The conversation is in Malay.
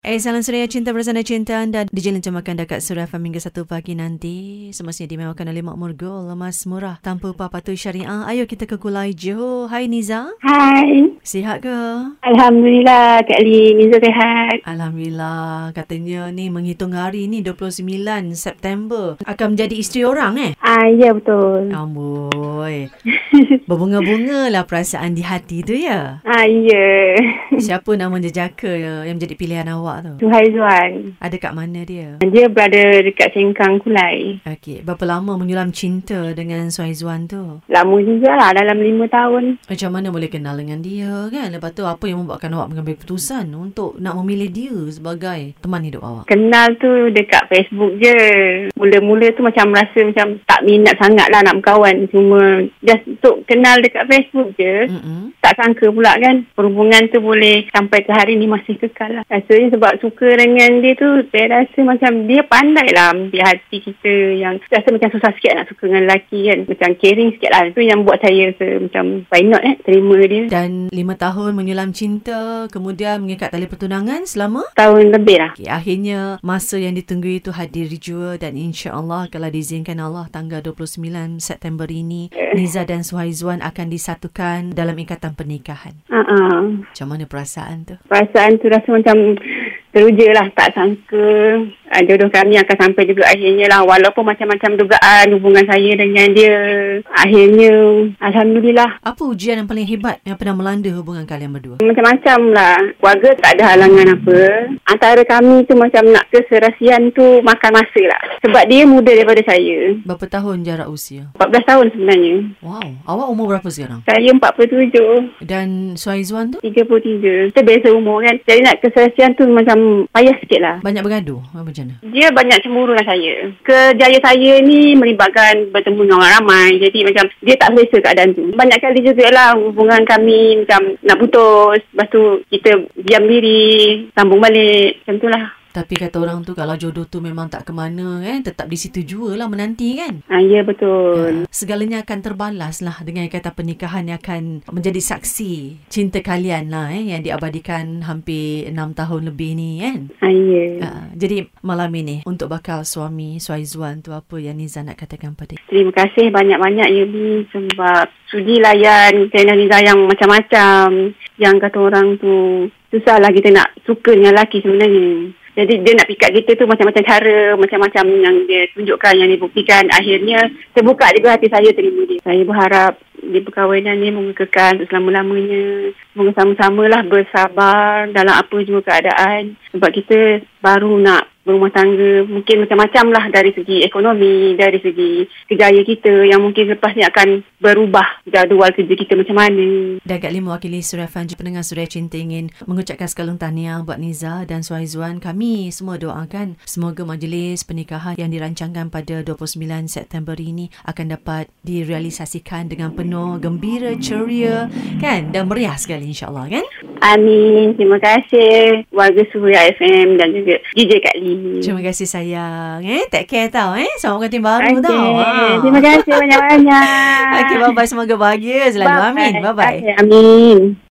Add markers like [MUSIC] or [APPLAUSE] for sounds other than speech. Eh, salam suria cinta bersana cinta anda diterjemahkan dekat surah FM hingga 1 pagi nanti. Semestinya dimewakan oleh Makmur Gol, Mas Murah. Tanpa patuh syariah, ayo kita ke Kulai Johor. Hai Niza, Hai. sihat ke? Alhamdulillah Kak Lee. Niza sihat. Alhamdulillah, katanya ni menghitung hari ni 29 September. Akan menjadi isteri orang eh? Ah, ya betul. Amboi. Berbunga-bunga lah perasaan di hati tu ya. [LAUGHS] Ah, ya. Siapa nama jejaka yang menjadi pilihan awak tu? Zuhai Zuan. Ada kat mana dia? Dia berada dekat Sengkang Kulai. Okey, berapa lama menyulam cinta dengan Suaizuan tu? Lama juga lah dalam lima tahun. Macam mana boleh kenal dengan dia kan? Lepas tu apa yang membuatkan awak mengambil keputusan untuk nak memilih dia sebagai teman hidup awak? Kenal tu dekat Facebook je. Mula-mula tu macam rasa macam tak minat sangat lah nak berkawan. Cuma just untuk kenal dekat Facebook je. Mm-mm. Tak sangka pula kan Perhubungan tu boleh Sampai ke hari ni Masih kekal lah Rasanya sebab suka dengan dia tu Saya rasa macam Dia pandai lah Ambil hati kita Yang rasa macam susah sikit Nak suka dengan lelaki kan Macam caring sikit lah Itu yang buat saya rasa Macam why not eh Terima dia Dan lima tahun menyulam cinta, kemudian mengikat tali pertunangan selama Tahun lebih lah Okay, akhirnya masa yang ditunggu itu hadir jua dan insya-Allah kalau diizinkan Allah tanggal 29 September ini Niza dan Suhaizuan akan disatukan dalam ikatan pernikahan. uh-uh. Macam mana perasaan tu? Perasaan tu rasa macam Teruja lah tak sangka uh, jodoh kami akan sampai juga akhirnya lah walaupun macam-macam dugaan hubungan saya dengan dia akhirnya Alhamdulillah Apa ujian yang paling hebat yang pernah melanda hubungan kalian berdua? Macam-macam lah. Keluarga tak ada halangan apa. Antara kami tu macam nak keserasian tu makan masa lah. Sebab dia muda daripada saya. Berapa tahun jarak usia? 14 tahun sebenarnya. Wow, awak umur berapa sekarang? Saya 47, Dan Suhaizuan tu 33. Kita beza umur kan. Jadi nak keserasian tu macam payah sikit lah. banyak bergaduh Ha, macam mana? Dia banyak cemburu dengan saya. Kerjaya saya ni melibatkan bertemu dengan orang ramai. Jadi macam dia tak selesa keadaan tu. Banyak kali jugalah hubungan kami macam nak putus. Lepas tu kita diam diri, sambung balik. Macam tu lah. Tapi kata orang tu kalau jodoh tu memang tak ke mana kan, tetap di situ jua lah menanti kan? Ah, ya betul. Segalanya akan terbalas lah dengan kata pernikahan yang akan menjadi saksi cinta kalian lah eh, yang diabadikan hampir 6 tahun lebih ni kan. Ah, ya. Uh, jadi malam ini untuk bakal suami Suaizuan tu apa yang Niza nak katakan pada dia? Terima kasih banyak-banyak Yuli sebab sudi layan channel Liza yang macam-macam. Yang kata orang tu susahlah kita nak suka dengan lelaki sebenarnya. Jadi dia nak pikat kita tu macam-macam cara, macam-macam yang dia tunjukkan, yang dia buktikan. Akhirnya terbuka juga hati saya terima dia. Saya berharap dia perkahwinan ni mengekal untuk selama-lamanya. Semoga sama-samalah bersabar dalam apa jua keadaan. Sebab kita baru nak berumah tangga mungkin macam-macam lah dari segi ekonomi, dari segi kerjaya kita yang mungkin lepas ni akan berubah jadual kerja kita macam mana. Dan Kak Lim mewakili Suria Fanji pendengar Suria Cinta ingin mengucapkan sekalung tahniah buat Niza dan Suaizuan. Kami semua doakan semoga majlis pernikahan yang dirancangkan pada 29 September ini akan dapat direalisasikan dengan penuh gembira, ceria kan dan meriah sekali insyaAllah kan. Amin. Terima kasih warga Suria FM dan juga DJ Kak Lee. Terima kasih sayang. Eh, take care tau eh. Selamat pengantin baru Okey. tau. Ah. Terima kasih banyak-banyak. [LAUGHS] Okey, bye-bye. Semoga bahagia selalu. Amin. Bye-bye. Okey, Amin.